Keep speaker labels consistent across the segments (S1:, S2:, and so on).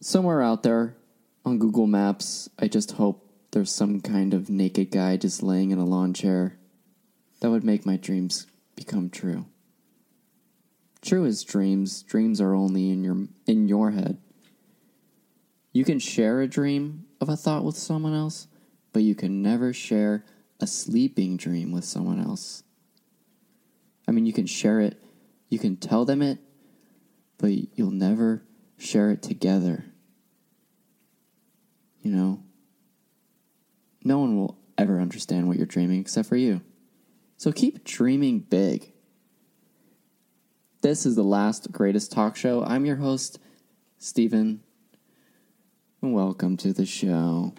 S1: Somewhere out there on Google Maps, I just hope there's some kind of naked guy just laying in a lawn chair. That would make my dreams become true. True as dreams, dreams are only in your in your head. You can share a dream of a thought with someone else, but you can never share a sleeping dream with someone else. I mean, you can share it, you can tell them it, but you'll never share it together. You know? No one will ever understand what you're dreaming except for you. So keep dreaming big. This is the last greatest talk show. I'm your host, Stephen. Welcome to the show.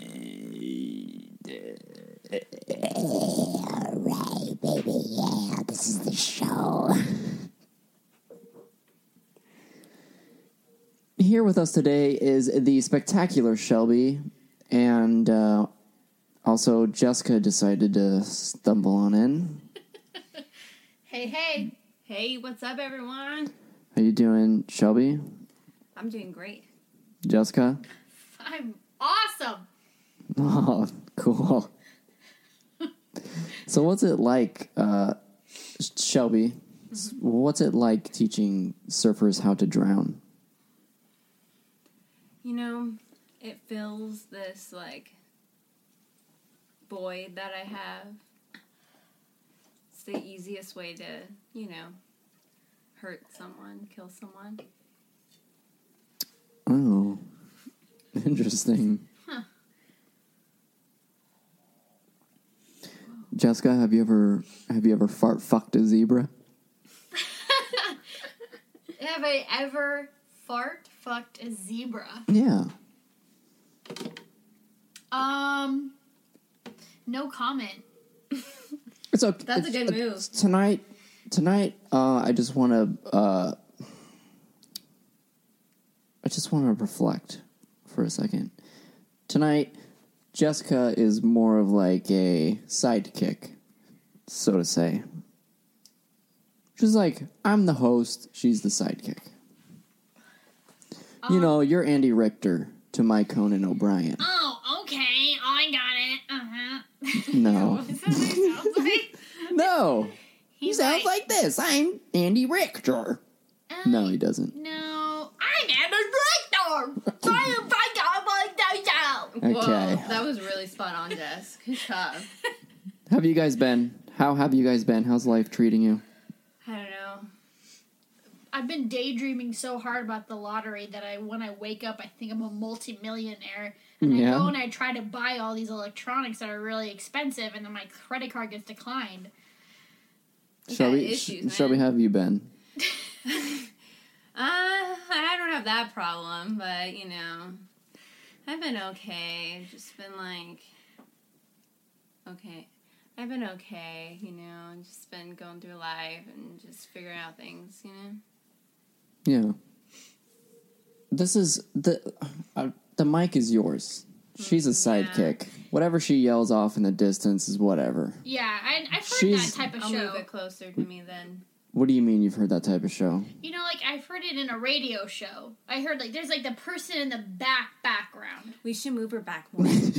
S1: Alright.
S2: Alright, baby, yeah, this is the show.
S1: Here with us today is the spectacular Shelby, and uh, also Jessica decided to stumble on in.
S3: Hey, hey. Hey, what's up, everyone?
S1: How you doing, Shelby?
S3: I'm doing great.
S1: Jessica?
S3: I'm awesome.
S1: Oh, cool. so, what's it like, uh, Shelby? s- What's it like teaching surfers how to drown?
S3: You know, it fills this, like, void that I have. It's the easiest way to, you know, hurt someone, kill someone.
S1: Oh, interesting. Jessica, have you ever have you ever fart fucked a zebra?
S4: Have I ever fart fucked a zebra?
S1: Yeah.
S4: Um, no comment.
S1: It's okay.
S3: That's a good move.
S1: Tonight, tonight, uh, I just want to, uh, I just want to reflect for a second. Tonight, Jessica is more of like a sidekick, so to say. She's like, I'm the host. She's the sidekick.
S3: Um,
S1: you know, you're Andy Richter to my Conan O'Brien.
S4: Oh, okay, I got it. Uh huh.
S1: no,
S4: sounds like?
S1: no. He
S4: He's
S1: sounds like this. I'm Andy Richter.
S3: Um,
S1: No, he doesn't.
S4: No, I'm Anna Director. Why you fuck up like that? yo?
S1: Okay.
S3: that was really spot on, Jess. Good job.
S1: Have you guys been? How have you guys been? How's life treating you?
S3: I don't know.
S4: I've been daydreaming so hard about the lottery that I, when I wake up, I think I'm a multimillionaire. And
S1: Yeah.
S4: I go and I try to buy all these electronics that are really expensive, and then my credit card gets declined.
S1: Shelby,
S3: issues,
S1: sh-
S3: man.
S1: Shelby, have you been?
S3: Uh, I don't have that problem, but, you know, I've been okay. Just been like, okay. I've been okay, you know, just been going through life and just figuring out things, you know?
S1: Yeah. This is the uh, the mic is yours. She's a sidekick. Whatever she yells off in the distance is whatever.
S4: Yeah, I, I've heard
S1: She's-
S4: that type of
S3: I'll
S4: show.
S3: move it closer to me then.
S1: What do you mean you've heard that type of show?
S4: You know, like I've heard it in a radio show. I heard like there's like the person in the back background.
S3: We should move her back more.
S4: I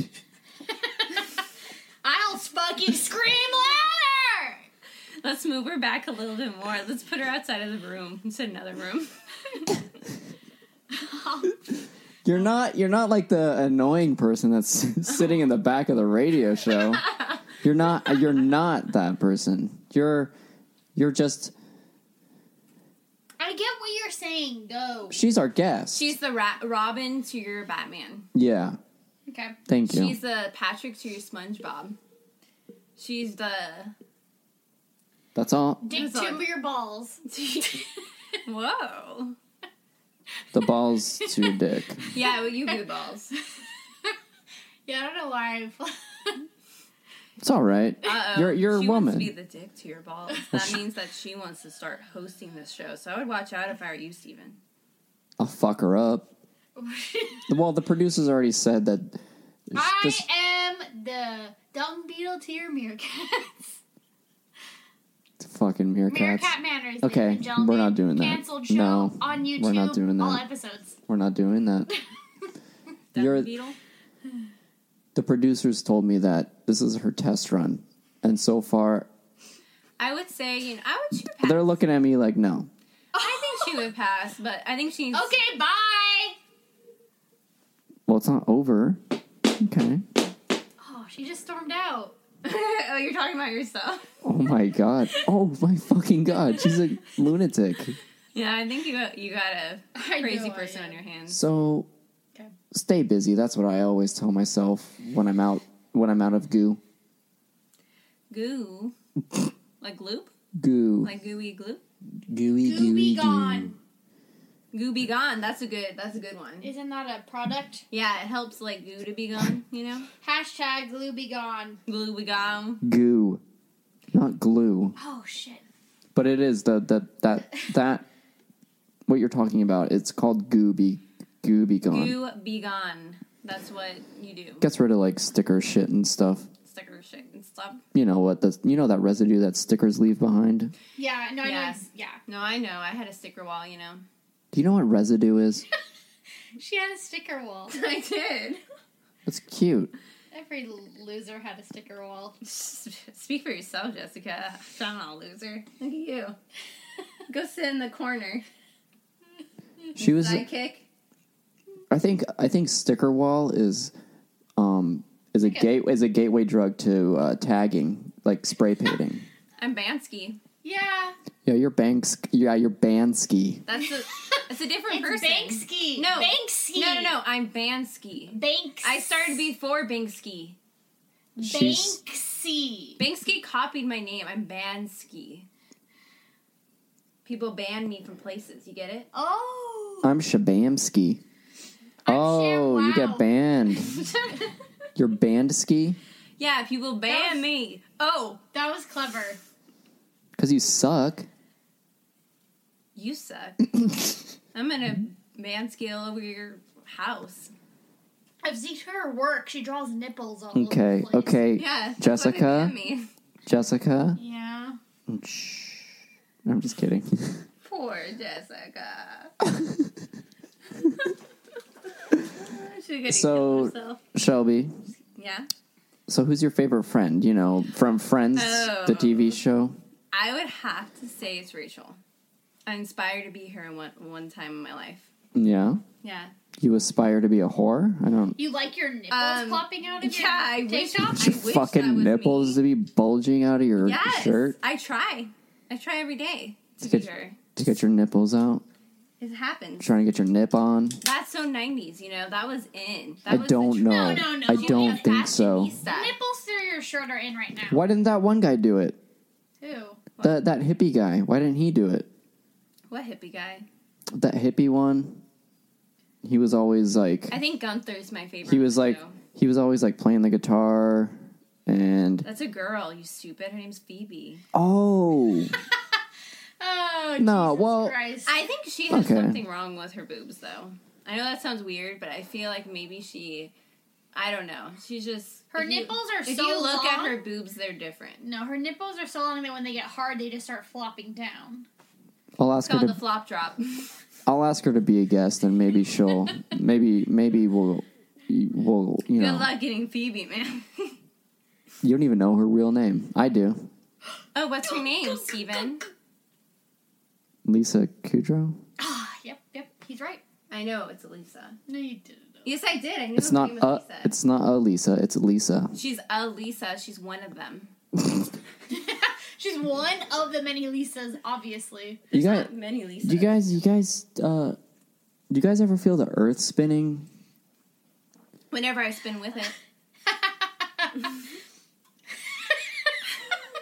S3: let's move her back a little bit more. Let's put her outside of the room. It's another room.
S1: You're not you're not like the annoying person that's sitting in the back of the radio show. You're not you're not that person. You're you're just
S4: I get what you're saying, though.
S1: she's our guest.
S3: She's the ra- Robin to your Batman.
S1: yeah.
S4: Okay.
S1: Thank you.
S3: She's the Patrick to your SpongeBob. She's the.
S1: that's all.
S4: Dig
S3: That's all.
S4: timber your balls.
S3: Whoa.
S1: The balls to your dick.
S3: Yeah, well, you do balls.
S4: Yeah, I don't know why. I
S1: It's all right.
S3: Uh-oh.
S1: You're you're a
S3: she
S1: woman.
S3: Wants to be the dick to your balls. That means that she wants to start hosting this show. So I would watch out if I were you, Steven.
S1: I'll fuck her up. well, the producers already said that. this-
S4: I am the dumb beetle to your meerkats.
S1: fucking meerkats.
S4: Meerkat manners.
S1: Okay,
S4: ladies and gentlemen.
S1: we're not doing that.
S4: Cancelled show
S1: No,
S4: on YouTube.
S1: we're not doing
S4: All
S1: that.
S4: episodes.
S1: We're not doing that.
S3: That
S1: You're-
S3: beetle?
S1: the producers told me that this is her test run, and so far
S3: I would say, you know, I would she would pass.
S1: they're looking at me like, no,
S3: I think she would pass, but I think she's
S4: Okay, bye.
S1: well, it's not over. Okay.
S4: Oh, she just stormed out.
S3: oh, you're talking about yourself.
S1: Oh my god. Oh my fucking god. She's a lunatic.
S3: Yeah, I think you got, you got a
S4: I
S3: crazy
S4: know I
S3: person
S4: am.
S3: on your hands.
S1: So
S4: Okay.
S1: stay busy. That's what I always tell myself when I'm out when I'm out of goo.
S3: Goo, like loop,
S1: Goo.
S3: like gooey glue.
S1: gooey
S4: Goo
S1: gooey
S4: be
S1: goo.
S4: gone.
S3: Goo be gone. That's a good. That's a good one.
S4: Isn't that a product?
S3: Yeah, it helps like goo to be gone. You know,
S4: Hashtag glue be gone.
S3: glue be gone.
S1: Goo. Not glue.
S4: Oh shit.
S1: But it is the the that that what you're talking about. It's called gooby gooby gone.
S3: Goo be gone. That's what you do.
S1: Gets rid of like sticker shit and stuff.
S3: Sticker shit and stuff.
S1: You know what? The you know that residue that stickers leave behind.
S4: Yeah. No. I know
S3: Yeah.
S4: it's- yeah.
S3: No, I know. I had a sticker wall. You know,
S1: Do you know what residue is?
S4: She had a sticker wall.
S3: I did.
S1: That's cute.
S4: Every loser had a sticker wall.
S3: Speak for yourself, Jessica. I'm not a loser. Look at you. Go sit in the corner.
S1: She was.
S3: Sidekick.
S1: I think I think sticker wall is um is a gate is a gateway drug to uh, tagging like spray painting.
S3: I'm Bansky.
S4: Yeah.
S1: yeah, you're Banks. Yeah, you're Bansky.
S3: That's a that's a different
S4: It's
S3: person.
S4: Banksy.
S3: No.
S4: Banksy.
S3: No, no, no. I'm Bansky.
S4: Banks.
S3: I started before Banksy.
S1: She's
S4: Banksy.
S3: Banksy copied my name. I'm Bansky. People ban me from places. You get it?
S4: Oh.
S1: I'm Shabamsky. Oh, you
S4: Wow.
S1: get banned. you're Bandski
S3: Yeah, people ban me. Oh,
S4: That was clever.
S1: because you suck.
S3: you suck. I'm gonna Bansky all over your house.
S4: I've seen her work. She draws nipples all over
S1: Okay,
S4: the place.
S1: okay.
S3: Yeah. that's what
S1: Jessica?
S3: they ban me.
S1: Jessica.
S4: Yeah.
S1: Shh. I'm just kidding.
S3: Poor Jessica. She's gonna
S1: So-
S3: kill herself.
S1: Shelby.
S3: Yeah.
S1: So who's your favorite friend? You know, from Friends, the TV show.
S3: I would have to say it's Rachel. I aspire to be her one one time in my life.
S1: Yeah.
S3: Yeah.
S1: You aspire to be a whore? I don't.
S4: You like your nipples
S3: Um,
S4: popping out of your
S3: Yeah, I wish.
S4: tank top?
S3: I wish that
S1: fucking
S3: was
S1: nipples
S3: Me.
S1: to be bulging out of your
S3: Yes,
S1: shirt
S3: I try. I try every day to
S1: Good.
S3: be her.
S1: to get your nipples out,
S3: It happens.
S1: trying to get your nip on.
S3: That's so '90s. You know, that was in. That
S1: I
S3: was the
S1: don't
S3: trend.
S1: know.
S4: No, no, no.
S1: I
S4: You
S1: don't
S3: Like
S1: think so.
S3: fashionista.
S4: Nipples through your shirt are in right now.
S1: Why didn't that one guy do it?
S4: Who?
S1: That that hippie guy. Why didn't he do it?
S3: What hippie guy?
S1: That hippie one. He was always like
S3: I think Gunther's my favorite.
S1: he was
S3: one,
S1: like
S3: though.
S1: he was always like playing the guitar and
S3: "That's a girl, you stupid. Her name's Phoebe."
S1: oh
S4: Oh,
S1: no
S4: Jesus
S1: well
S4: Christ.
S3: I think she has
S1: Okay.
S3: something wrong with her boobs, though. I know that sounds weird, but I feel like maybe she. I don't know. She's just
S4: Her
S3: if you-
S4: nipples are
S3: If
S4: so
S3: you look at
S4: long.
S3: her boobs, they're different.
S4: no, her nipples are so long that when they get hard, they just start flopping down.
S1: I'll
S3: It's
S1: ask her
S3: called the
S1: to
S3: flop drop.
S1: I'll ask her to be a guest and maybe she'll maybe maybe we'll we'll you
S3: Good
S1: know
S3: luck getting Phoebe, man.
S1: you don't even know her real name I do
S3: Oh, what's her name, Steven?
S1: Lisa Kudrow?
S4: Ah, Yep, yep, he's right.
S3: I know it's Elisa.
S4: No, you didn't. know.
S3: Yes, I did. I knew
S1: It's
S3: her
S1: not
S3: name was
S1: a.
S3: Lisa.
S1: It's not a Lisa. It's Lisa.
S3: She's a Lisa. She's one of them.
S4: She's one of the many Lisas, obviously.
S1: You guys,
S3: Many Lisa.
S1: you guys, you guys. Uh, do you guys ever feel the Earth spinning?
S3: Whenever I spin with it,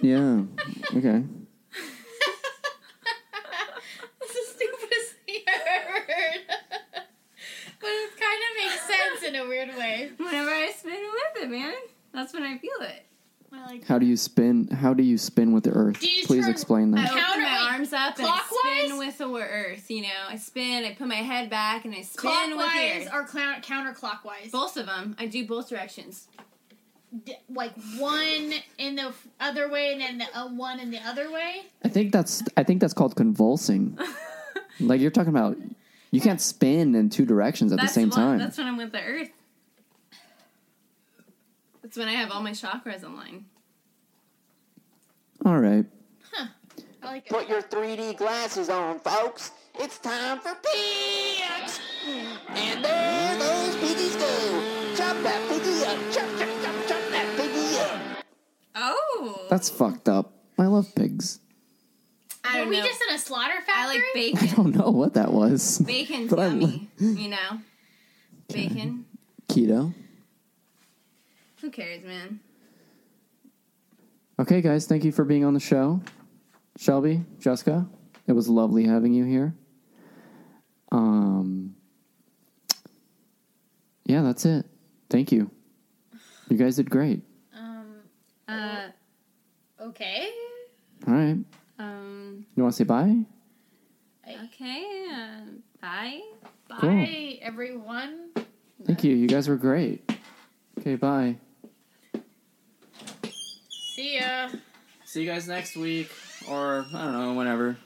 S1: Yeah. Okay.
S4: That's the stupidest thing I've ever heard. but it kind of makes sense in a weird way.
S3: whenever I spin with it, man, that's when I feel it.
S4: I like
S1: How do you spin? How do you spin with the Earth?
S4: Do you
S1: Please
S4: turn-
S1: explain
S3: I
S1: that.
S3: open my
S4: Counterweight.
S3: arms up and I spin
S4: Clockwise?
S3: with the earth. You know, I spin. I put my head back and I spin with the
S4: clockwise
S3: earth.
S4: or clown- counterclockwise.
S3: Both of them. I do both directions.
S4: D- like one in the f- other way and then the uh, one in the other way.
S1: I think that's. I think that's called convulsing. like you're talking about. You can't spin in two directions at
S3: That's
S1: the same
S3: when-
S1: time.
S3: That's when I'm with the earth. That's when I have all my chakras aligned.
S1: All right.
S4: I like it.
S5: Put your 3D glasses on, folks. It's time for pigs. And there those piggies go. Chop that piggy up. Chop, chop, chop, chop that piggy up.
S3: Oh,
S1: That's fucked up. I love pigs.
S3: I
S4: Are
S3: don't
S4: we
S3: know.
S4: just in a slaughter
S3: I
S4: factory?
S3: like
S1: I
S3: bacon.
S1: don't know what that was.
S3: Bacon's
S1: But I
S3: yummy. you know, bacon.
S1: Keto.
S3: Who cares, man?
S1: Okay, guys, thank you for being on the show. Shelby, Jessica, it was lovely having you here. Um, yeah, that's it. Thank you. You guys did great.
S3: Uh,
S4: okay.
S1: All right.
S3: um,
S1: You want to say bye?
S3: okay. Uh, bye.
S4: Bye,
S1: Cool.
S4: everyone.
S1: Thank you. You guys were great. Okay, bye.
S4: See ya.
S1: See you guys next week, or I don't know, whenever.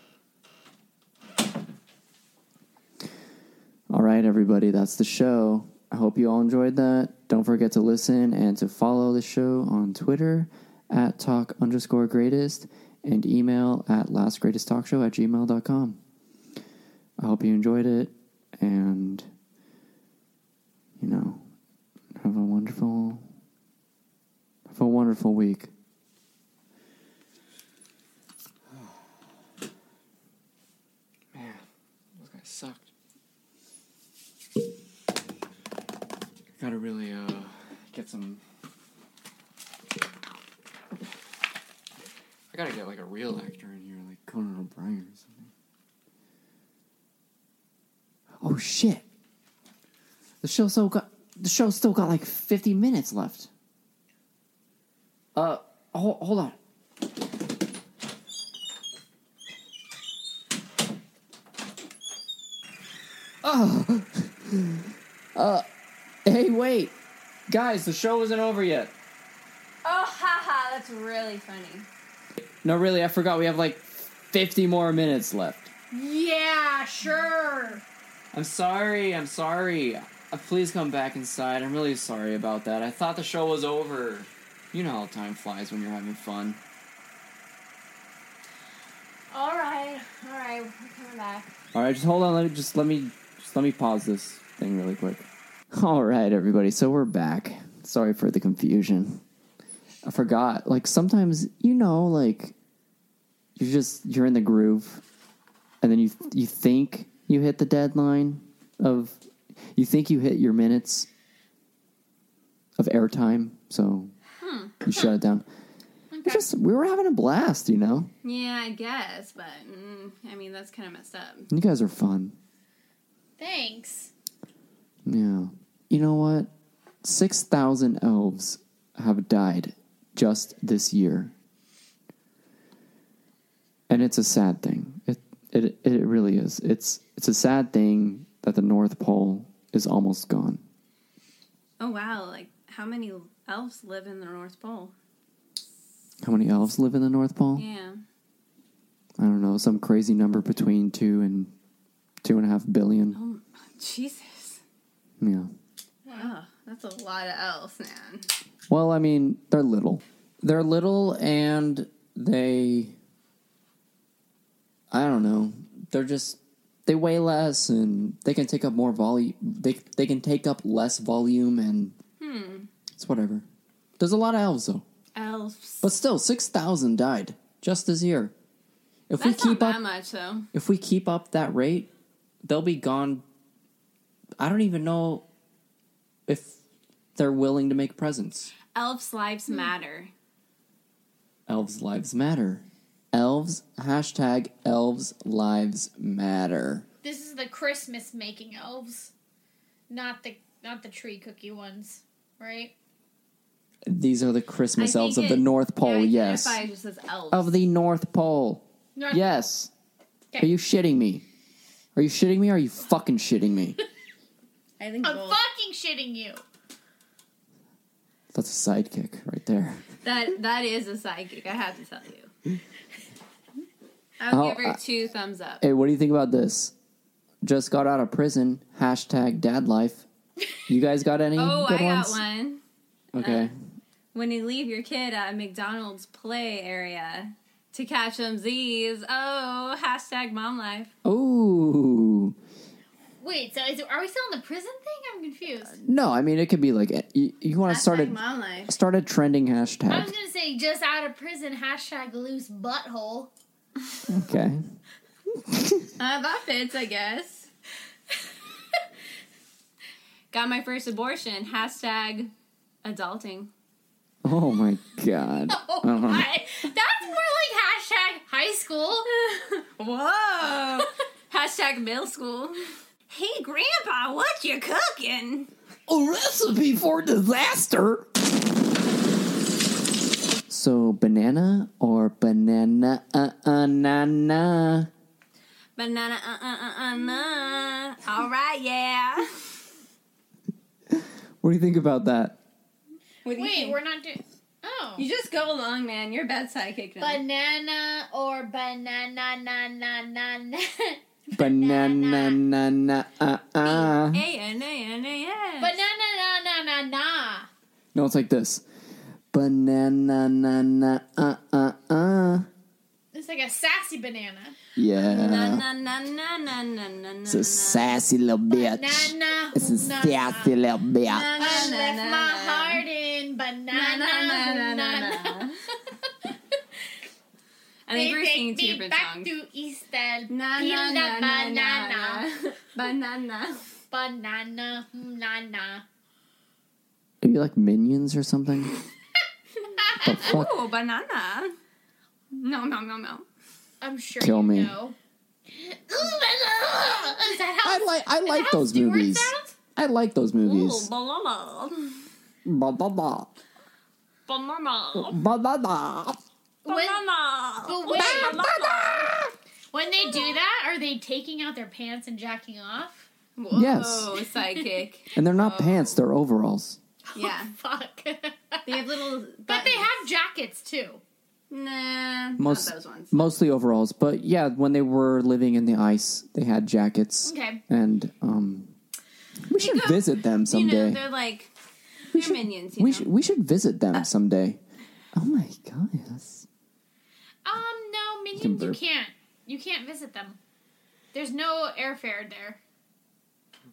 S1: All right, everybody, that's the show. I hope you all enjoyed that. Don't forget to listen and to follow the show on Twitter at talk underscore greatest and email at lastgreatesttalkshow at gmail.com. I hope you enjoyed it and, you know, have a wonderful, have a wonderful week. Those guys sucked. Gotta really uh get some. I gotta get like a real actor in here, like Conan O'Brien or something. Oh shit! The show still got the show still got like fifty minutes left. Uh, hold, hold on. Oh. Uh, Hey, wait, guys, the show isn't over yet.
S3: Oh, haha, that's really funny.
S1: No, really, I forgot we have like 50 more minutes left.
S4: Yeah, sure.
S1: I'm sorry, I'm sorry. Uh, Please come back inside. I'm really sorry about that. I thought the show was over. You know how time flies when you're having fun.
S3: All right, all right, we're coming back.
S1: All right, just hold on. Let me just let me just let me pause this thing really quick. All right, everybody. So we're back. Sorry for the confusion. I forgot. Like sometimes, you know, like you're just you're in the groove, and then you you think you hit the deadline of you think you hit your minutes of airtime, so you shut it down. We just we were having a blast, you know.
S3: Yeah, I guess, but mm, I mean, that's kind of messed up.
S1: You guys are fun.
S4: Thanks.
S1: Yeah. You know what? 6,000 elves have died just this year. And it's a sad thing. It, it, it really is. It's, it's a sad thing that the North Pole is almost gone.
S3: Oh, wow, like how many elves live in the North Pole?
S1: How many elves live in the North Pole?
S3: Yeah.
S1: I don't know, some crazy number between two and two and a half billion.
S3: Oh, Jesus.
S1: Yeah.
S3: Wow, that's a lot of elves, man.
S1: Well, I mean, they're little. They're little and they I don't know. They're just they weigh less and they can take up more volume. They they can take up less volume and
S3: Hmm.
S1: it's whatever. There's a lot of elves though,
S3: Elves.
S1: but still six thousand died just this year. If
S3: That's
S1: we keep
S3: not that
S1: up,
S3: much though.
S1: if we keep up that rate, they'll be gone. I don't even know if they're willing to make presents.
S3: Elves' lives matter.
S1: Elves' lives matter. Elves hashtag elves lives matter.
S4: This is the Christmas making elves, not the not the tree cookie ones, right?
S1: These are the Christmas
S3: I
S1: elves of
S3: think
S1: the
S3: it-
S1: North
S3: yeah,
S1: Pole.
S3: I think
S1: yes,
S3: If I just says elves.
S1: of the North Pole.
S4: North
S1: Yes.
S4: Okay.
S1: Are you shitting me? Are you shitting me? Or are you fucking shitting me?
S3: I think
S4: I'm
S3: both.
S4: fucking shitting you.
S1: That's a sidekick right there.
S3: that that is a psychic. I have to tell you. I'll
S1: Oh,
S3: give her
S1: I-
S3: two thumbs up.
S1: Hey, what do you think about this? Just got out of prison. Hashtag dad life. You guys got any
S3: oh, I
S1: good ones?
S3: got one.
S1: Okay.
S3: When you leave your kid at McDonald's play area to catch them Z's. Oh, hashtag mom life.
S1: Ooh.
S4: Wait, so is it, are we still in the prison thing? I'm confused.
S1: No, I mean it could be like you, you want to start
S3: Hashtag
S1: a
S3: mom life.
S1: start a trending
S4: I was
S1: hashtag.
S4: gonna say just out of prison hashtag loose butthole.
S1: Okay.
S3: Uh, that fits, I guess. got my first abortion. Hashtag adulting.
S1: Oh my god.
S4: Oh my, that's more like hashtag high school.
S3: Whoa! Hashtag middle school. Hey, Grandpa, what you cooking?
S1: a recipe for disaster. So banana or banana uh, uh, na na.
S3: Banana, uh, uh, uh, uh, nah. All right, yeah.
S1: What do you think about that?
S3: What do you
S4: Wait,
S3: think?
S4: we're not doing. Oh,
S3: You just go along, man. You're a bad psychic. Now.
S4: banana or banana na na na na.
S1: Banana na na uh uh.
S3: A N A N A S.
S4: Banana na na na na.
S1: No, it's like this. Banana na na uh uh uh.
S4: It's like a sassy banana.
S3: Na
S1: Yeah.
S3: na na na na na na na.
S1: It's a sassy little
S4: Na
S1: bitch.
S4: na.
S1: It's a
S4: na,
S1: sassy little bitch.
S3: Na, na,
S4: I
S3: na,
S4: left
S3: na,
S4: my
S3: na.
S4: heart in
S3: Na,
S4: banana.
S3: na, na, na,
S4: na,
S3: na,
S4: na.
S3: na. I think we're
S4: They
S3: singing
S4: take
S3: two
S4: me
S3: different
S4: back
S3: songs.
S4: to East El
S3: Na na
S4: Pila
S3: na na na
S4: banana.
S3: na. Banana.
S4: Banana. hmm, Banana.
S1: Are you like minions or something? the fuck?
S3: Oh, banana. No, no, no, no.
S4: I'm sure
S1: Kill
S4: you
S1: me.
S4: know. Is that how,
S1: I like I
S4: is that
S1: like
S4: how
S1: those
S4: Stewart
S1: movies.
S4: sounds?
S1: I like those
S3: Ooh,
S1: movies.
S3: banana.
S1: Ba ba ba.
S3: Banana.
S1: Ba ba ba.
S4: When,
S3: Banana.
S4: but wait, when they do that, are they taking out their pants and jacking off?
S1: Yes.
S3: Whoa, psychic.
S1: And they're not pants, they're overalls.
S3: Yeah.
S4: Fuck.
S3: They have little
S4: but they
S3: buttons.
S4: have jackets too.
S3: Nah,
S1: Most-
S3: not those ones.
S1: Mostly overalls, but yeah, when they were living in the ice, they had jackets.
S4: Okay.
S1: And um we should
S3: go-
S1: visit them
S3: You
S1: someday.
S3: know, they're like they're minions. You
S1: we
S3: know? Uh,
S1: should we should visit them someday. Oh my god. That's,
S4: Um, no,
S1: can
S4: minions, you
S1: burp.
S4: can't. You can't visit them. There's no airfare there.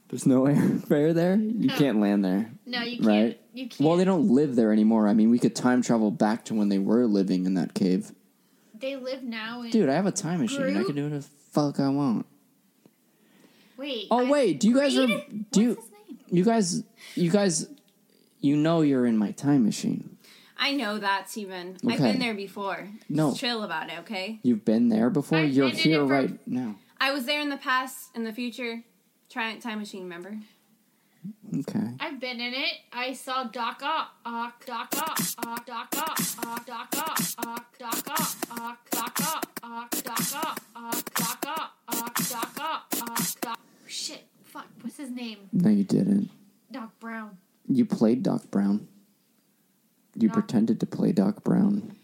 S1: there's no airfare there. You can't land there.
S4: No, you can't.
S1: Right.
S4: You can't.
S1: Well, they
S4: they,
S1: don't live there anymore. I mean, we could time travel back to when they were living in that cave.
S4: live now in.
S1: Dude, I have a time machine. I
S4: Groot?
S1: can do what the fuck I want.
S4: Wait.
S1: Oh
S4: I-
S1: wait, do you guys
S4: Reed?
S1: re- do you,
S4: What's his name?
S1: you guys you guys you know you're in my time machine.
S3: I know that, Steven. I've
S1: Okay.
S3: been there before.
S1: No.
S3: Just chill about it, okay?
S1: You've been there before.
S4: I've
S1: you're
S4: been in it
S1: here
S4: for-
S1: right now.
S3: I was there in the past, in the future. Try time machine, remember?
S1: Okay.
S4: I've been in it. I saw Doc Ock. Ock. Doc Ock. Ock. Doc Ock. Ock. Doc Ock. Ock. Doc Ock. Ock. Doc Ock. Ock. Doc Ock. Ock. Doc Ock. Ock. Doc Ock. Ock. Doc. Shit. Fuck. What's his name?
S1: No, you didn't.
S4: Doc Brown.
S1: You played Doc Brown. You
S4: Doc-
S1: pretended to play Doc Brown.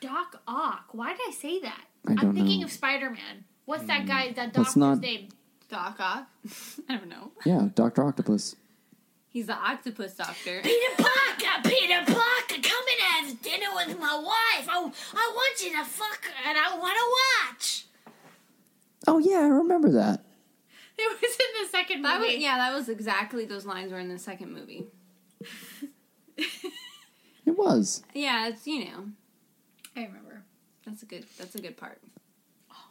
S4: Doc Ock. Why did I say that?
S1: I don't
S4: am thinking
S1: know.
S4: of Spider Man. What's that guy? That
S1: Let's
S4: doctor's
S1: not-
S4: name?
S3: Doc Ock. I don't know.
S1: Yeah, Doctor Octopus.
S3: He's the octopus doctor.
S4: Peter Parker. Peter Parker. Come and have dinner with my wife. Oh, I want you to fuck and I want to watch.
S1: Oh, yeah, I remember that.
S4: It was in the second
S3: That was,
S4: movie.
S3: yeah, that was exactly those lines were in the second movie.
S1: It was.
S3: Yeah, it's you know
S4: I remember.
S3: that's a good that's a good part.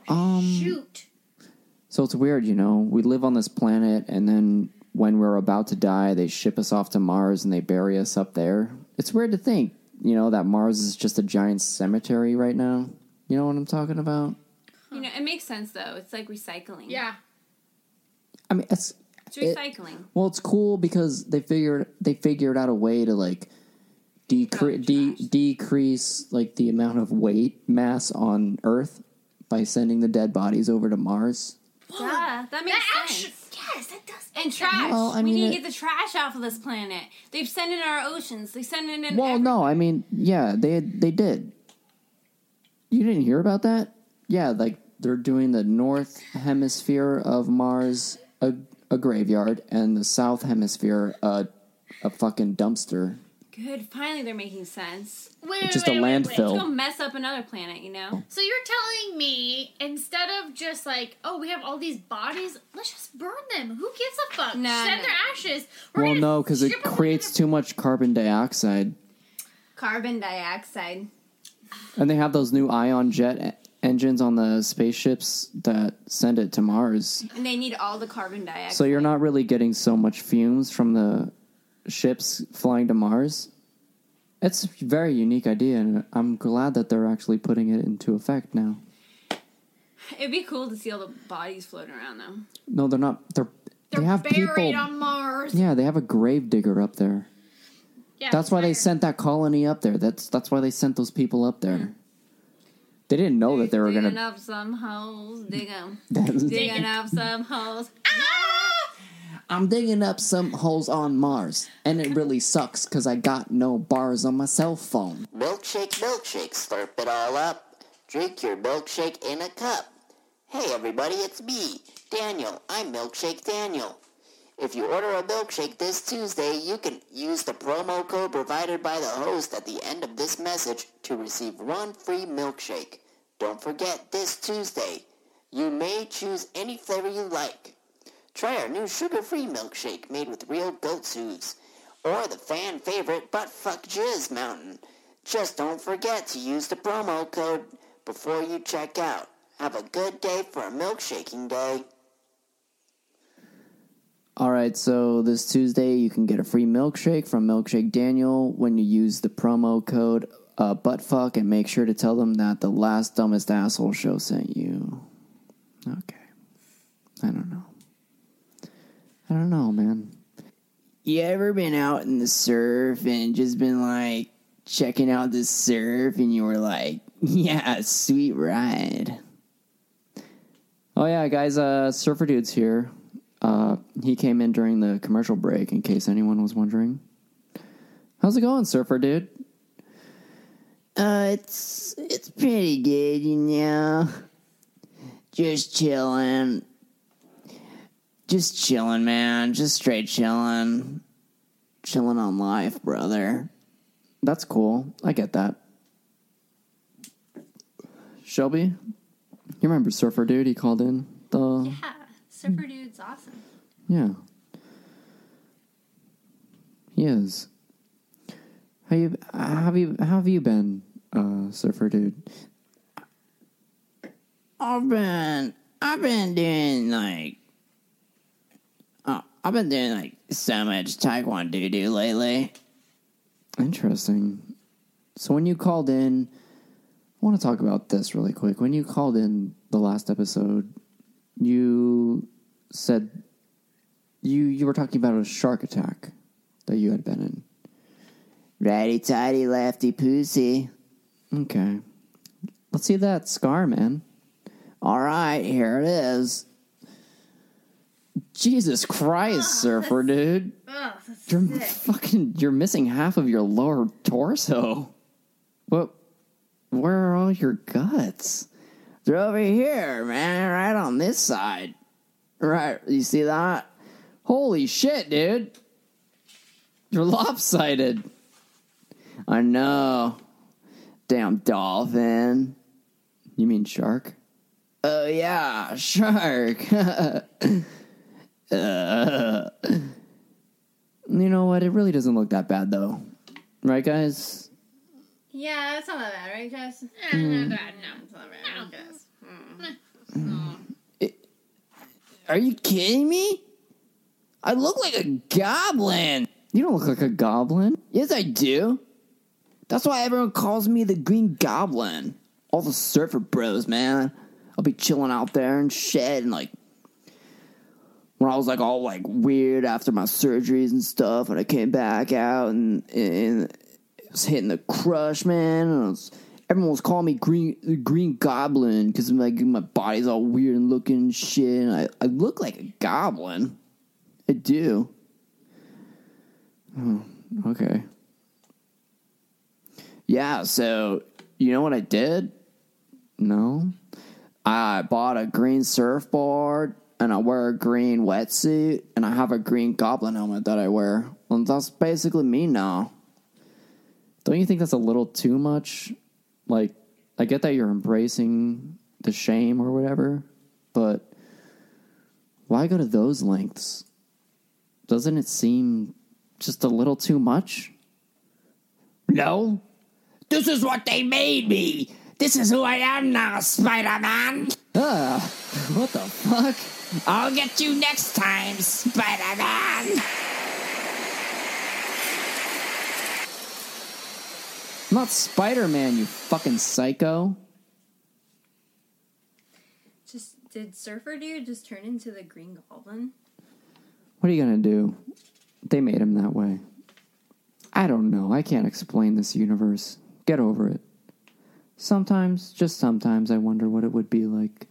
S1: Um,
S4: Shoot.
S1: so it's weird, you know? We live on this planet, and then when we're about to die, they ship us off to Mars and they bury us up there. It's weird to think, you know, that Mars is just a giant cemetery right now. You know what I'm talking about?
S3: You know, it makes sense though. It's like recycling.
S4: Yeah.
S1: I mean, it's
S3: it's recycling.
S1: Well, it's cool because they figured they figured out a way to like decre- de- decrease like the amount of weight mass on Earth by sending the dead bodies over to Mars.
S3: Duh, that makes
S4: That
S3: sense.
S4: actually, yes, that does.
S3: And trash.
S1: Well, I
S3: we
S1: mean,
S3: need to
S1: it-
S3: get the trash off of this planet. They've sent it in our oceans. They sent it in.
S1: Well,
S3: every-
S1: no, I mean, yeah, they they did. You didn't hear about that? Yeah, like they're doing the north hemisphere of Mars a, a graveyard and the south hemisphere a a fucking dumpster.
S3: Good. Finally, they're making sense.
S4: Wait, wait,
S1: Just a
S4: wait, wait, wait.
S1: landfill.
S3: Go mess up another planet. You know.
S4: So you're telling me instead of just like, oh, we have all these bodies, let's just burn them. Who gives a fuck?
S3: No, no.
S4: Send their ashes. We're
S1: Well,
S4: gonna
S1: no, because it
S4: strip 'em
S1: creates
S4: of
S1: too much carbon dioxide.
S3: Carbon dioxide.
S1: And they have those new ion jet e- engines on the spaceships that send it to Mars.
S3: And they need all the carbon dioxide.
S1: So you're not really getting so much fumes from the ships flying to Mars. It's a very unique idea, and I'm glad that they're actually putting it into effect now.
S3: It'd be cool to see all the bodies floating around though.
S1: No, they're not. They're,
S4: They're
S1: they have
S4: buried
S1: people.
S4: on Mars.
S1: yeah, they have a grave digger up there.
S4: Yeah,
S1: That's why they
S4: tired.
S1: sent that colony up there. That's that's why they sent those people up there. They didn't know that they were
S3: digging
S1: gonna
S3: up some holes. Dig 'em.
S1: That-
S3: Digging up some holes.
S1: I'm digging up some holes on Mars, and it really sucks because I got no bars on my cell phone.
S2: Milkshake, milkshake, slurp it all up. Drink your milkshake in a cup. Hey everybody, it's me, Daniel. I'm Milkshake Daniel. If you order a milkshake this Tuesday, you can use the promo code provided by the host at the end of this message to receive one free milkshake. Don't forget this Tuesday. You may choose any flavor you like. Try our new sugar-free milkshake made with real goat sues. Or the fan favorite Butt Fuck Jizz Mountain. Just don't forget to use the promo code before you check out. Have a good day for a milkshaking day.
S1: All right, so this Tuesday you can get a free milkshake from Milkshake Daniel when you use the promo code uh, buttfuck, and make sure to tell them that the last dumbest asshole show sent you. Okay, I don't know. I don't know, man. You ever been out in the surf and just been like checking out the surf, and you were like, "Yeah, sweet ride." Oh yeah, guys, uh, Surfer Dude's here. Uh, he came in during the commercial break, in case anyone was wondering. How's it going, Surfer Dude? Uh, it's it's pretty good, you know. Just chilling, just chilling, man. Just straight chilling, chilling on life, brother. That's cool. I get that. Shelby, you remember Surfer Dude? He called in the
S3: Yeah, surfer dude's awesome.
S1: yeah. He is. How you how have you how have you been, uh, surfer dude? I've been I've been doing like uh, I've been doing like so much taekwondo do lately. Interesting. So when you called in, I want to talk about this really quick. When you called in the last episode, you said you you were talking about a shark attack that you had been in. Ratty tidy lefty pussy. Okay. Let's see that scar, man. Alright, here it is. Jesus Christ, surfer dude. you're fucking you're missing half of your lower torso. What where are all your guts? They're over here, man, right on this side. Right, you see that? Holy shit, dude. You're lopsided. I know. Damn dolphin. You mean shark? Oh, yeah, shark. Uh, you Uh, know what? It really doesn't look that bad, though. Right, guys?
S3: Yeah, it's not that bad, right, Jess?
S4: Not bad, no.
S3: It's not bad, right, Jess?
S1: Are you kidding me? I look like a goblin. You don't look like a goblin. Yes, I do. That's why everyone calls me the Green Goblin. All the surfer bros, man. I'll be chilling out there and shit, and like when I was like all like weird after my surgeries and stuff, and I came back out and and it was hitting the crush, man. And I was, everyone was calling me Green the Green Goblin because like my body's all weird and looking and shit. And I I look like a goblin. I do. Oh, okay. Yeah, so you know what I did? No. I bought a green surfboard and I wear a green wetsuit and I have a green goblin helmet that I wear. And that's basically me now. Don't you think that's a little too much? Like, I get that you're embracing the shame or whatever, but why go to those lengths? Doesn't it seem just a little too much? No. This is what they made me. This is who I am now, Spider Man. Uh, what the fuck? I'll get you next time, Spider Man. Not Spider Man, you fucking psycho.
S3: Just did Surfer Dude just turn into the Green Goblin?
S1: What are you gonna do? They made him that way. I don't know. I can't explain this universe. Get over it. Sometimes, just sometimes, I wonder what it would be like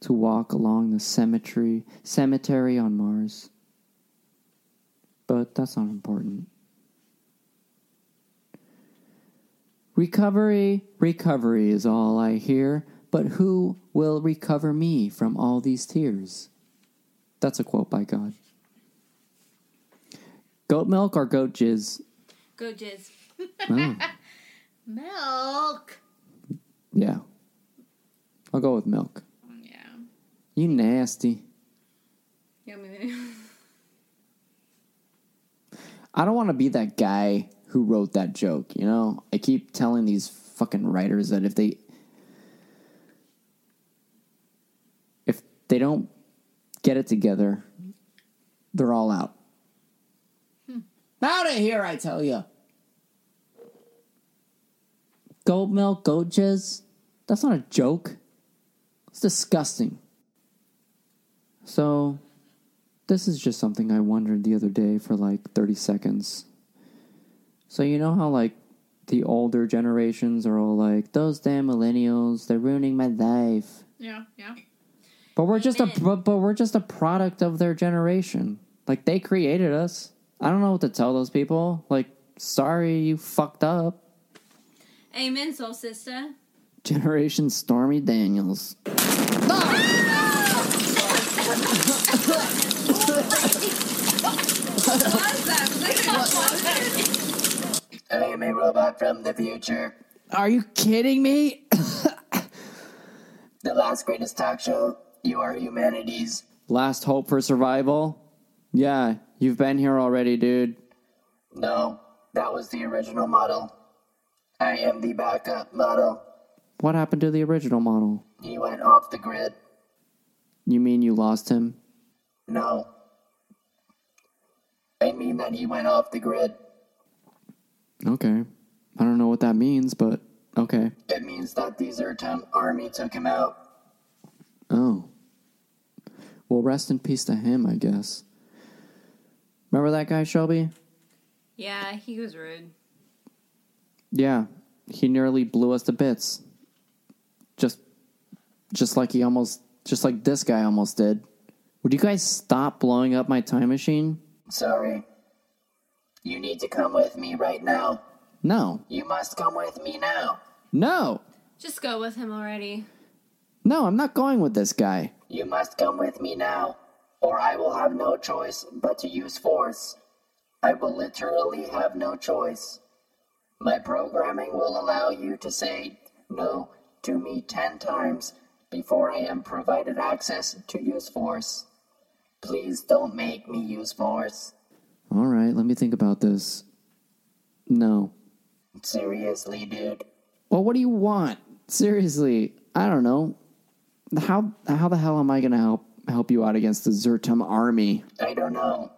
S1: to walk along the cemetery cemetery on Mars. But that's not important. Recovery, recovery is all I hear, but who will recover me from all these tears? That's a quote by God. Goat milk or goat jizz?
S3: Go Jizz.
S1: Oh,
S3: Milk.
S1: yeah. I'll go with milk.
S3: Yeah.
S1: You nasty.
S3: Yummy.
S1: I don't want to be that guy who wrote that joke, you know? I keep telling these fucking writers that if they if they don't get it together, they're all out. Hmm. Out of here, I tell you. Goat milk, goat jizz. That's not a joke. It's disgusting. So, this is just something I wondered the other day for like 30 seconds. So, you know how like the older generations are all like, those damn millennials, they're ruining my life.
S4: Yeah, yeah.
S1: But we're just a but, but we're just a product of their generation. Like they created us. I don't know what to tell those people. Like, sorry you fucked up.
S3: Amen, soul sister.
S1: Generation Stormy Daniels.
S5: I am a robot from the future.
S1: Are you kidding me?
S5: The last greatest talk show. You are humanity's.
S1: Last hope for survival? Yeah, you've been here already, dude.
S5: No, that was the original model. I am the backup model.
S1: What happened to the original model?
S5: He went off the grid.
S1: You mean you lost him?
S5: No. I mean that he went off the grid.
S1: Okay. I don't know what that means, but okay.
S5: It means that the Zertan army took him out.
S1: Oh. Well, rest in peace to him, I guess. Remember that guy, Shelby?
S3: Yeah, he was rude.
S1: Yeah. He nearly blew us to bits. Just just like he almost just like this guy almost did. Would you guys stop blowing up my time machine?
S5: Sorry. You need to come with me right now.
S1: No.
S5: You must come with me now.
S1: No.
S3: Just go with him already.
S1: No, I'm not going with this guy.
S5: You must come with me now, or I will have no choice but to use force. I will literally have no choice.
S1: My programming will allow you to say no to me 10 times before I am provided access to use force. Please don't make me use force. All right, let me think about this. No. Seriously, dude. Well, what do you want? Seriously, I don't know. How how the hell am I going to help help you out against the Zertum army? I don't know.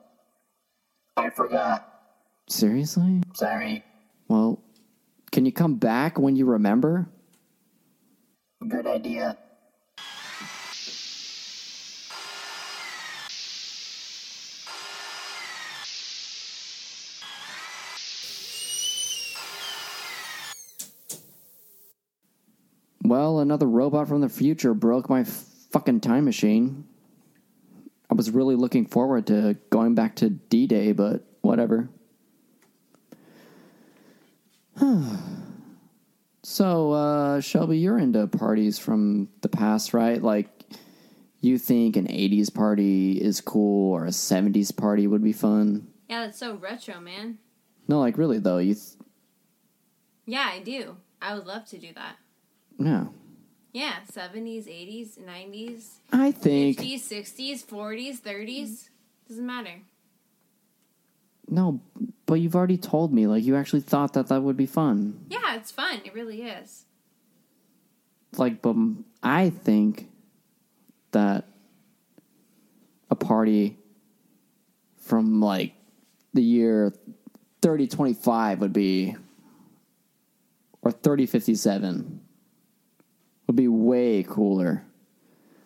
S1: I forgot. Seriously? Sorry. Well, can you come back when you remember? Good idea. Well, another robot from the future broke my fucking time machine. I was really looking forward to going back to D Day, but whatever. so, uh, Shelby, you're into parties from the past, right? Like, you think an 80s party is cool or a 70s party would be fun?
S3: Yeah, that's so retro, man.
S1: No, like, really, though. You, th-
S3: Yeah, I do. I would love to do that.
S1: no.
S3: Yeah, 70s, 80s, 90s,
S1: I think.
S3: 50s, 60s, 40s, 30s. Doesn't matter.
S1: No, but you've already told me. Like, you actually thought that that would be fun.
S3: Yeah, it's fun. It really is.
S1: Like, but m- I think that a party from like the year 3025 would be, or 3057 would be way cooler.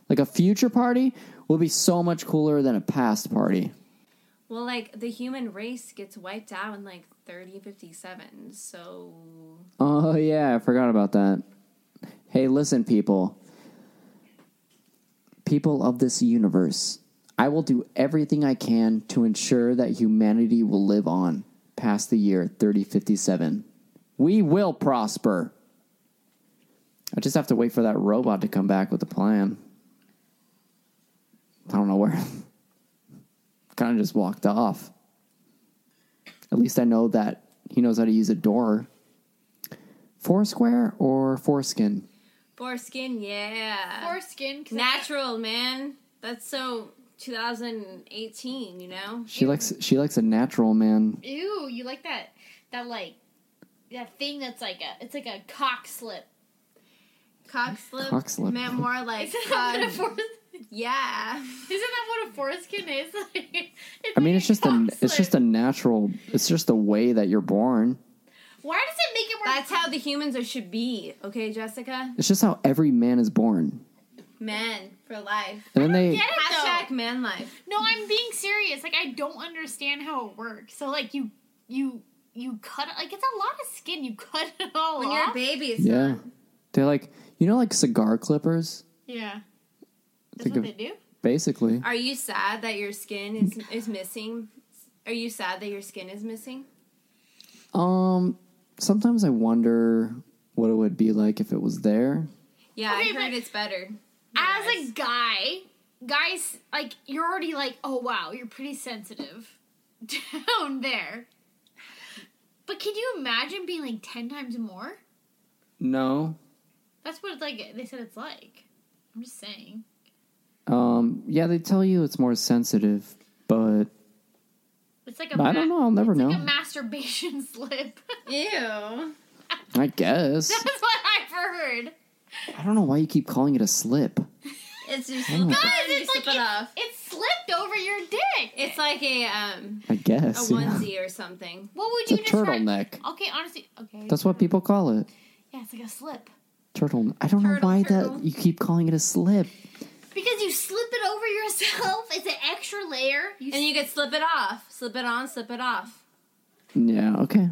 S1: Like, a future party would be so much cooler than a past party.
S3: Well, like, the human race gets wiped out in like 3057, so.
S1: Oh yeah, I forgot about that. Hey, listen, people. People of this universe, I will do everything I can to ensure that humanity will live on past the year 3057. We will prosper. I just have to wait for that robot to come back with a plan. I don't know where. kind of just walked off. At least I know that he knows how to use a door. Foursquare or foreskin?
S3: Foreskin, yeah.
S4: Foreskin. 'cause
S3: Natural, man. That's so 2018, you know?
S1: She likes she likes a natural man.
S4: I- Ew, you like that? That like that thing that's like a it's like a cock slip.
S3: Cock slip.
S1: Cock slip.
S3: Meant more like.
S4: Isn't that what a
S3: cock-
S4: forest?
S3: yeah.
S4: Isn't that what a foreskin is? Like,
S1: I mean, it's just
S4: a.
S1: a it's just a natural. It's just the way that you're born.
S4: Why does it make it more?
S3: That's how the humans are, should be, okay, Jessica?
S1: It's just how every man is born.
S3: Men for life.
S1: And then they
S4: Get it, though.
S3: Hashtag man life.
S4: No, I'm being serious. Like I don't understand how it works. So like you you you cut like it's a lot of skin. You cut it all
S3: When you're a
S4: off.
S3: baby, it's
S1: yeah,
S3: not.
S1: they're like you know like cigar clippers.
S4: yeah, that's
S1: Think
S4: what
S1: of
S4: they do.
S1: basically.
S3: Are you sad that your skin is is missing? Are you sad that your skin is missing?
S1: Um, sometimes I wonder what it would be like if it was there.
S3: Yeah,
S4: Okay,
S3: I heard
S4: but-
S3: it's better.
S4: As a guy, guys, like you're already like, oh wow, you're pretty sensitive down there. But can you imagine being like ten times more?
S1: No.
S4: That's what it's like. They said it's like. I'm just saying.
S1: Um. Yeah, they tell you it's more sensitive, but
S4: It's like a.
S1: I don't know. I'll never
S4: it's
S1: know.
S4: Like a masturbation slip.
S3: Ew.
S1: I guess
S4: That's what I've heard.
S1: I don't know why you keep calling it a slip.
S3: It's just guys,
S4: it's
S3: you
S4: like
S3: slip it off.
S4: It slipped over your dick.
S3: It's like a um
S1: I
S3: a
S1: guess. yeah.
S3: onesie or something.
S4: what would
S1: It's a
S4: you describe?
S1: turtleneck.
S4: Okay, honestly, okay.
S1: That's what people call it.
S4: yeah, it's like a slip
S1: Turtle. I don't know
S3: Turtle,
S1: why
S3: turtle.
S1: that you keep calling it a slip.
S4: because you slip it over yourself. It's an extra layer. You
S3: And you could slip it off. Slip it on, slip it off.
S1: Yeah. Okay.
S4: s-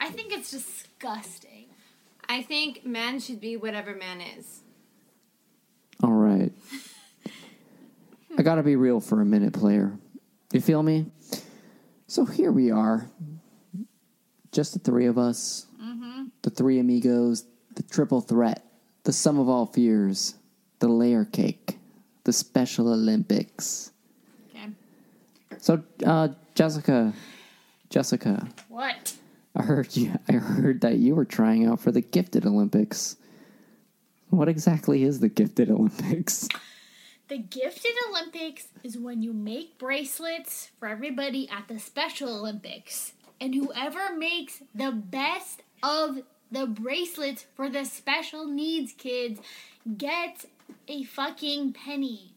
S4: I think it's disgusting.
S3: I think man should be whatever man is.
S1: All right. I gotta be real for a minute, player. You feel me? So here we are, just the three of us, the three amigos, the triple threat, the sum of all fears, the layer cake, the Special Olympics. uh,
S4: Okay.
S1: So, uh, Jessica, Jessica,
S4: What?
S1: I heard you, I heard that you were trying out for the Gifted Olympics. What exactly is the Gifted Olympics?
S4: The Gifted Olympics is when you make bracelets for everybody at the Special Olympics. And whoever makes the best of the bracelets for the special needs kids gets a fucking penny.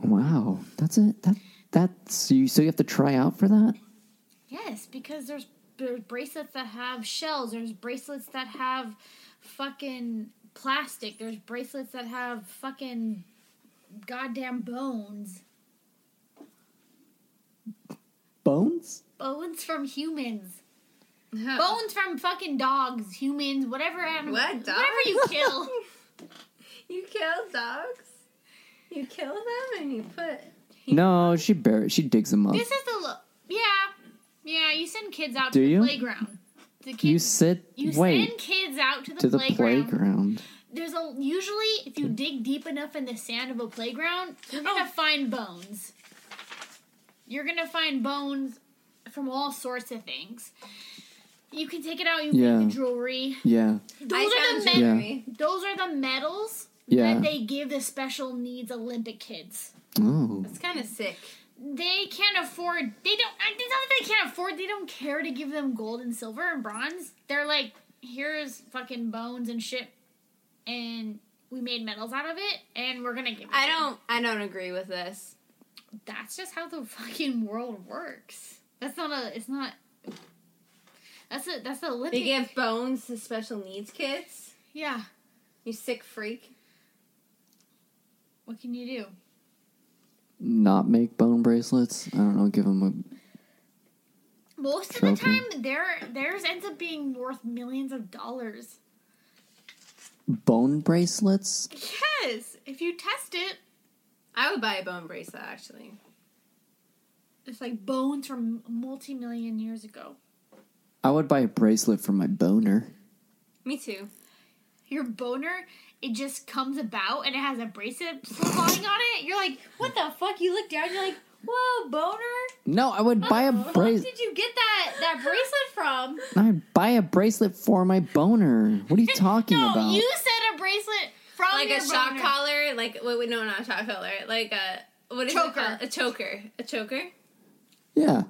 S1: Wow, that's it. That that's you. So you have to try out for that.
S4: Yes, because there's, there's bracelets that have shells, there's bracelets that have fucking plastic, there's bracelets that have fucking goddamn bones.
S1: Bones?
S4: Bones from humans. Bones from fucking dogs, humans, whatever animal.
S3: What,
S4: Whatever you kill.
S3: You kill dogs? You kill them and you put.
S1: No, she buried. She digs them up.
S4: this is the look. Yeah. Yeah, you send kids out
S1: Do
S4: to
S1: you?
S4: the playground. The kids,
S1: You sit.
S4: you
S1: wait
S4: send kids out to the,
S1: to the
S4: playground.
S1: playground.
S4: There's a usually if you dig deep enough in the sand of a playground, you're gonna find bones. You're gonna find bones from all sorts of things. You can take it out. You
S1: Yeah.
S4: can make jewelry.
S1: Yeah,
S4: Those are
S3: found
S4: the men-
S3: jewelry.
S4: Those are the medals
S1: yeah.
S4: that they give the special needs Olympic kids.
S1: oh,
S3: It's kind of sick.
S4: They can't afford. They don't. I- It's not that they can't afford. They don't care to give them gold and silver and bronze. They're like, here's fucking bones and shit, and we made medals out of it, and we're gonna give. It
S3: I
S4: to you."
S3: don't. I don't agree with this.
S4: That's just how the fucking world works. That's not a. It's not. That's a. That's the
S3: They
S4: Olympic.
S3: give bones to special needs kids.
S4: yeah.
S3: You sick freak.
S4: What can you do?
S1: not make bone bracelets. I don't know. Give them a.
S4: Most of
S1: Trophy.
S4: the time, their theirs ends up being worth millions of dollars.
S1: Bone bracelets?
S4: Yes, if you test it,
S3: I would buy a bone bracelet actually.
S4: it's like bones from multi-million years ago.
S1: I would buy a bracelet for my boner.
S3: Me too.
S4: Your boner, it just comes about and it has a bracelet falling on it. You're like, what the fuck? You look down, you're like, whoa, boner.
S1: No, I would buy a
S4: Where
S1: bracelet.
S4: did you get that that bracelet from?
S1: I'd buy a bracelet for my boner. What are you talking
S4: no,
S1: about?
S4: you said a bracelet from
S3: Like
S4: your
S3: a shock
S4: boner.
S3: collar. Like wait, wait, no, not a shock collar. Like a what is
S4: Choker.
S3: it called? A choker. A choker
S1: Yeah.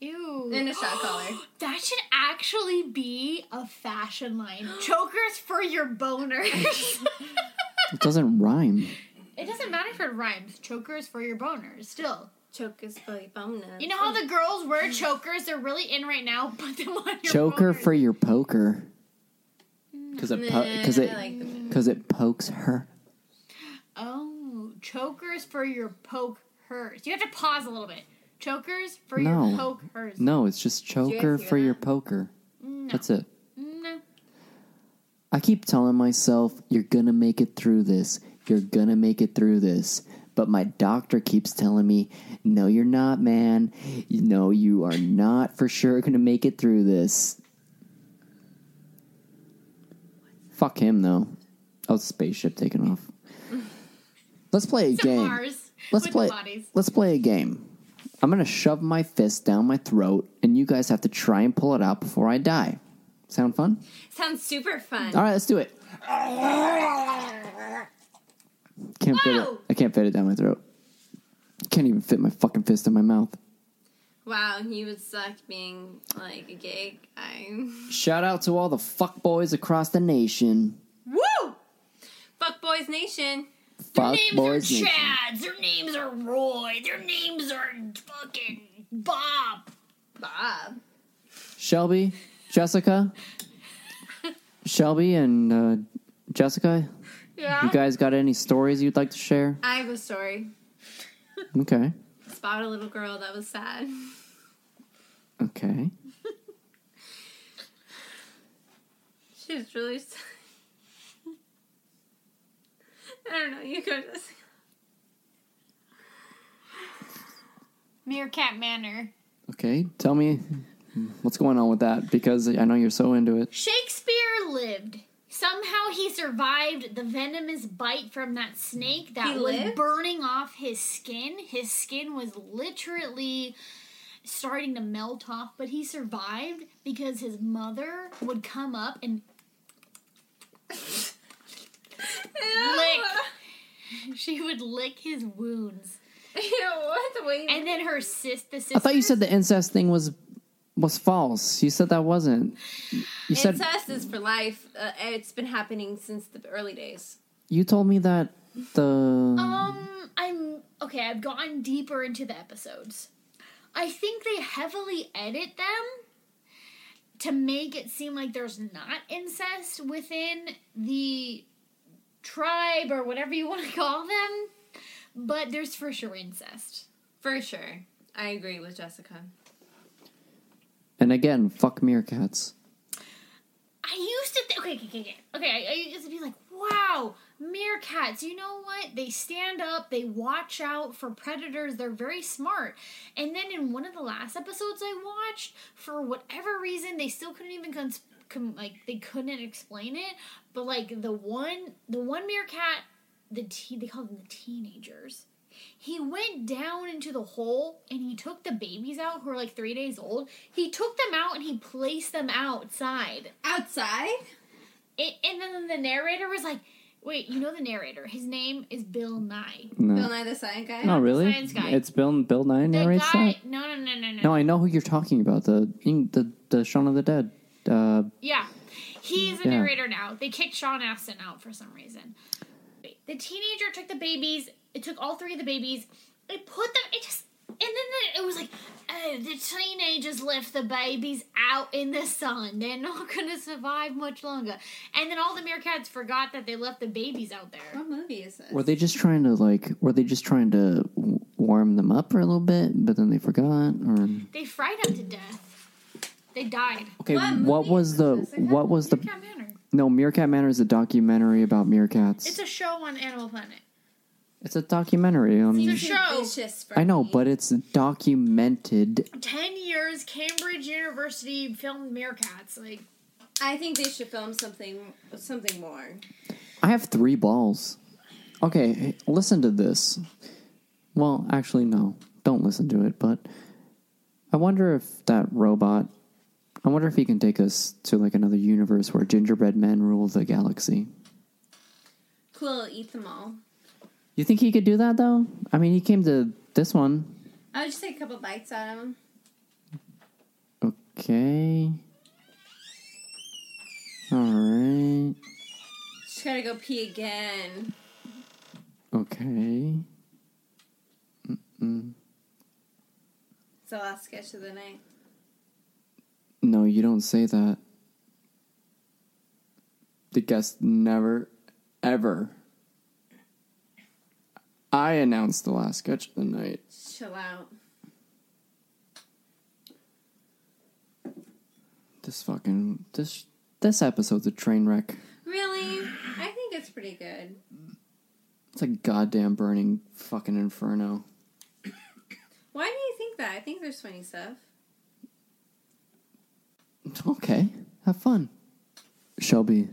S4: Ew.
S3: and a shock collar.
S4: That should actually be a fashion line. Chokers for your boners.
S1: It doesn't rhyme.
S4: it doesn't matter if it rhymes. Chokers for your boners, still.
S3: Chokers for your bonus.
S4: You know how the girls wear chokers? They're really in right now. Put them on your
S1: Choker
S4: boners.
S1: for your poker. Because it, po- cause it,
S3: I like the
S1: cause it pokes her.
S4: Oh, chokers for your poke hers. You have to pause a little bit. Chokers for
S1: No.
S4: your poke hers.
S1: No, it's just choker
S3: hear
S1: for your
S3: that? Mm-hmm.
S1: poker. That's it.
S4: No.
S1: I keep telling myself, you're gonna make it through this. You're gonna make it through this. But my doctor keeps telling me, no, you're not, man. No, you are not for sure gonna make it through this. Fuck him, though. Oh, it's a spaceship taking off. Let's play a
S4: To
S1: game.
S4: Mars.
S1: Let's
S4: with
S1: play.
S4: The bodies.
S1: Let's play a game. I'm gonna shove my fist down my throat, and you guys have to try and pull it out before I die. Sound fun?
S3: sounds super fun.
S1: All right, let's do it. Can't fit it.
S4: Whoa!
S1: I can't fit it down my throat. Can't even fit my fucking fist in my mouth.
S3: Wow, you would suck being like a gay guy.
S1: Shout out to all the fuck boys across the nation.
S3: Woo! Fuck Boys Nation.
S4: Their
S1: Fuck
S4: names
S1: boys.
S4: are
S1: nation.
S4: Chads. Ah, Their names are Roy. Their names are fucking Bob.
S3: Bob.
S1: Shelby, Jessica, Shelby, and uh, Jessica.
S4: Yeah.
S1: You guys got any stories you'd like to share?
S3: I have a story.
S1: Okay.
S3: Spot a little girl that was sad.
S1: Okay.
S3: She was really sad. I don't know, you go just
S4: Meerkat Manor.
S1: Okay. Tell me hmm, what's going on with that because I know you're so into it.
S4: Shakespeare lived. Somehow he survived the venomous bite from that snake that
S3: He
S4: was
S3: lived?
S4: burning off his skin. His skin was literally starting to melt off, but he survived because his mother would come up and lick. She would lick his wounds,
S3: Ew, what the way?
S4: and then her sis, the sister.
S1: I thought you said the incest thing was was false. You said that wasn't. You said
S3: Incest is for life. Uh, it's been happening since the early days.
S1: you told me that the
S4: Um, I'm okay. I've gone deeper into the episodes. I think they heavily edit them to make it seem like there's not incest within the tribe or whatever you want to call them, but there's for sure incest.
S3: For sure. I agree with Jessica.
S1: and again, fuck meerkats.
S4: I used to think, okay, okay, okay, okay. okay. I, I used to be like, wow, meerkats, you know what? They stand up, they watch out for predators, they're very smart. And then in one of the last episodes I watched, for whatever reason, they still couldn't even cons- com- like they couldn't explain it. But like the one, the one meerkat, the te- they called them the teenagers. He went down into the hole and he took the babies out who were like three days old. He took them out and he placed them outside.
S3: Outside?
S4: It, and then the narrator was like, "Wait, you know the narrator? His name is Bill Nye.
S3: Bill Nye the Science Guy?
S1: Oh really?
S4: science guy.
S1: It's Bill Bill Nye
S4: The
S1: narrates
S4: guy.
S1: that.
S4: No, no, no, no, no.
S1: No, I know who you're talking about. The the the Shaun of the Dead. Uh,
S4: Yeah, he's a
S1: Yeah.
S4: narrator now. They kicked Sean Astin out for some reason. The teenager took the babies. It took all three of the babies. It put them. It just. And then the, it was like, oh, the teenagers left the babies out in the sun. They're not gonna survive much longer. And then all the meerkats forgot that they left the babies out there.
S3: What movie is this?
S1: were they just trying to like? Were they just trying to w- warm them up for a little bit, but then they forgot? Or
S4: They fried them to death. They died.
S1: okay,
S3: What
S1: what,
S3: movie
S1: was the
S3: was this? I
S1: what was the
S4: Meerkat Manor.
S1: no Meerkat Manor is a documentary about meerkats.
S4: It's a show on Animal Planet.
S1: It's a documentary. Um,
S4: It's a show.
S3: It's just for
S1: I know,
S3: me.
S1: but it's documented.
S4: Ten years, Cambridge University filmed meerkats. Like
S3: I think they should film something something more.
S1: I have three balls. Okay, hey, listen to this. Well, actually, no. Don't listen to it, but I wonder if that robot. I wonder if he can take us to like another universe where gingerbread men rule the galaxy.
S3: Cool, eat them all.
S1: You think he could do that though? I mean, he came to this one.
S3: I would just take a couple bites out of them.
S1: Okay. All right.
S3: Just gotta go pee again.
S1: Okay. Mm mm.
S3: It's the last sketch of the night.
S1: No, you don't say that. The guest never, ever. I announced the last sketch of the night.
S3: Chill out.
S1: This fucking this this episode's a train wreck.
S3: Really? I think it's pretty good.
S1: It's a goddamn burning fucking inferno.
S3: Why do you think that? I think there's funny stuff.
S1: Okay, have fun, Shelby.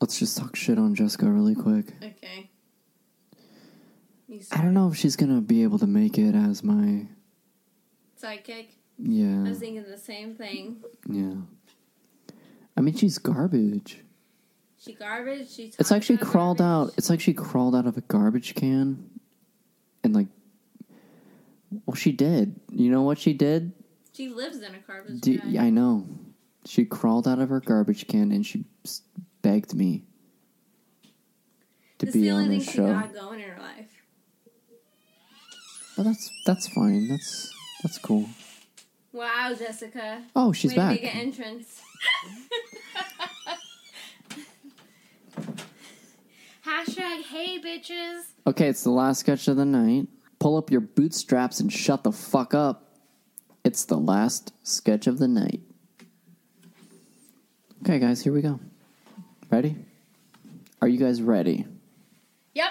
S1: Let's just talk shit on Jessica really quick.
S3: Okay. You
S1: I don't know if she's gonna be able to make it as my
S3: sidekick. I
S1: yeah
S3: was thinking the same thing.
S1: yeah. I mean, she's garbage.
S3: She garbage. She.
S1: It's like she
S3: talks about
S1: crawled
S3: garbage.
S1: out. It's like she crawled out of a garbage can, and like, well, she did. You know what she did?
S3: She lives in a garbage
S1: Do,
S3: can.
S1: I know. She crawled out of her garbage can and she s- begged me to
S3: It's
S1: be
S3: the only
S1: on
S3: thing
S1: this
S3: she
S1: show.
S3: got going in her life.
S1: But that's that's fine. That's that's cool.
S3: Wow, Jessica.
S1: Oh, she's
S3: Way
S1: back.
S3: to make an entrance.
S4: hashtag Hey bitches.
S1: Okay, it's the last sketch of the night. Pull up your bootstraps and shut the fuck up. It's the last sketch of the night. Okay, guys, here we go. Ready? Are you guys ready?
S4: Yep.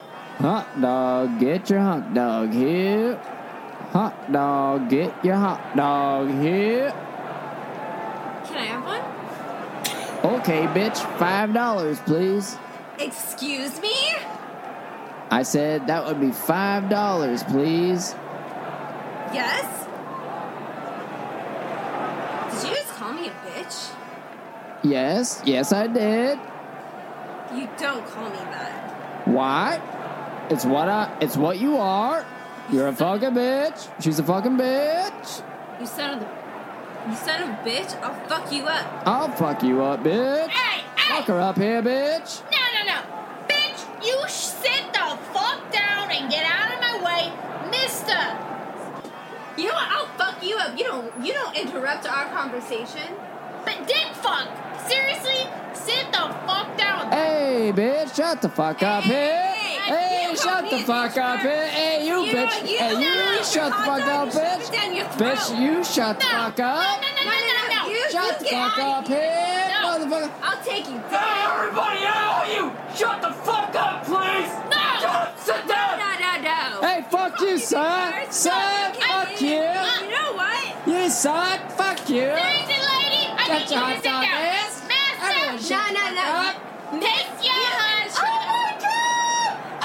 S1: Hot dog, get your hot dog here. Hot dog, get your hot dog here.
S3: Can I have one?
S1: Okay, bitch, $5, please.
S3: Excuse me.
S1: I said that would be $5, please.
S3: Yes? Did you just call me a bitch?
S2: Yes, yes, I did.
S3: You don't call me that.
S2: What? It's what I. It's what you are. You're a fucking bitch. She's a fucking bitch.
S3: You son of the. You son of a bitch, I'll fuck you up.
S2: I'll fuck you up, bitch.
S4: Hey, hey!
S2: Fuck her up here, bitch.
S4: No, no, no. Bitch, you sit the fuck down and get out of my way, mister.
S3: You know what? I'll fuck you up. You don't you don't interrupt our conversation.
S4: But dick fuck. Seriously? Sit the fuck down.
S2: Hey, bitch, shut the fuck up here.
S3: hey,
S2: Hey,
S3: you call
S2: shut
S3: me
S2: the
S3: a
S2: fuck
S3: bitch
S2: up
S3: first.
S2: here. Hey, you,
S3: You know
S2: bitch.
S3: what? You
S2: hey,
S3: know
S2: you
S3: what?
S2: shut the
S3: Hot
S2: fuck up,
S3: dog, shove it
S2: bitch.
S3: down your throat.
S2: Bitch, you shut the
S4: No.
S2: fuck
S4: No, no, no,
S2: up.
S4: no, no, no.
S3: You-
S2: Shut the
S3: get
S2: fuck
S3: out
S2: up
S3: of
S2: here,
S4: No.
S2: motherfucker.
S3: I'll take you
S6: Hey,
S3: down.
S6: everybody, I owe you! Shut the fuck up, please!
S4: No.
S6: Shut up, sit down!
S3: No, no, no.
S2: Hey, fuck you, son.
S3: First,
S2: Son,
S3: no,
S2: fuck
S3: you.
S2: you.
S3: can't. You know what?
S2: You son, fuck you.
S4: Crazy lady, I
S2: Shut
S4: need you to
S2: your hot
S4: sit
S2: dog
S4: down.
S2: ass. Everyone
S4: Master,
S2: shut
S3: No, no,
S2: the
S3: no.
S2: fuck up. Oh,
S4: taste your hot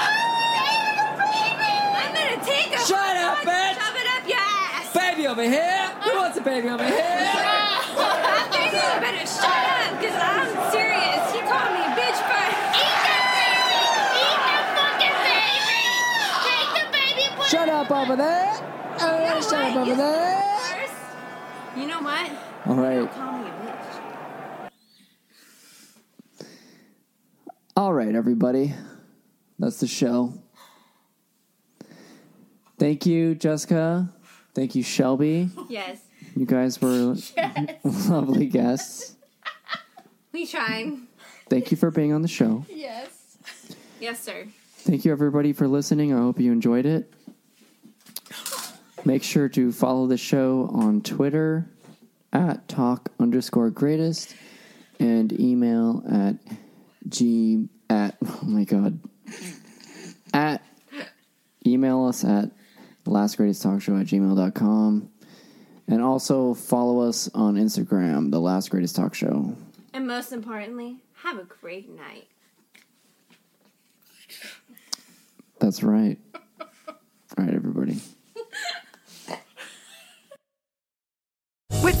S3: Oh, I'm gonna take a
S2: Shut
S3: hot
S2: up,
S3: dog,
S2: bitch.
S3: Shove it up your ass.
S2: Baby over here. Who wants a baby over here?
S3: After you better shut up, cause I'm serious. He called me a bitch first.
S4: Eat the baby! Eat the fucking baby! Take the baby and put
S2: Shut up over there. Everybody shut up
S3: what?
S2: over
S3: You-
S2: there.
S3: First. You know what?
S2: All right.
S3: Call me a bitch.
S2: All right, everybody. That's the show. Thank you, Jessica. Thank you, Shelby.
S3: Yes.
S2: You guys were lovely guests.
S3: We tried.
S2: Thank you for being on the show.
S4: Yes.
S3: Yes, sir.
S2: Thank you, everybody, for listening. I hope you enjoyed it. Make sure to follow the show on Twitter at talk underscore greatest and email at g at oh my god at email us at lastgreatesttalkshow at gmail.com and also follow us on Instagram, the last greatest talk show.
S3: And most importantly, have a great night.
S2: That's right. All right, everybody.
S7: With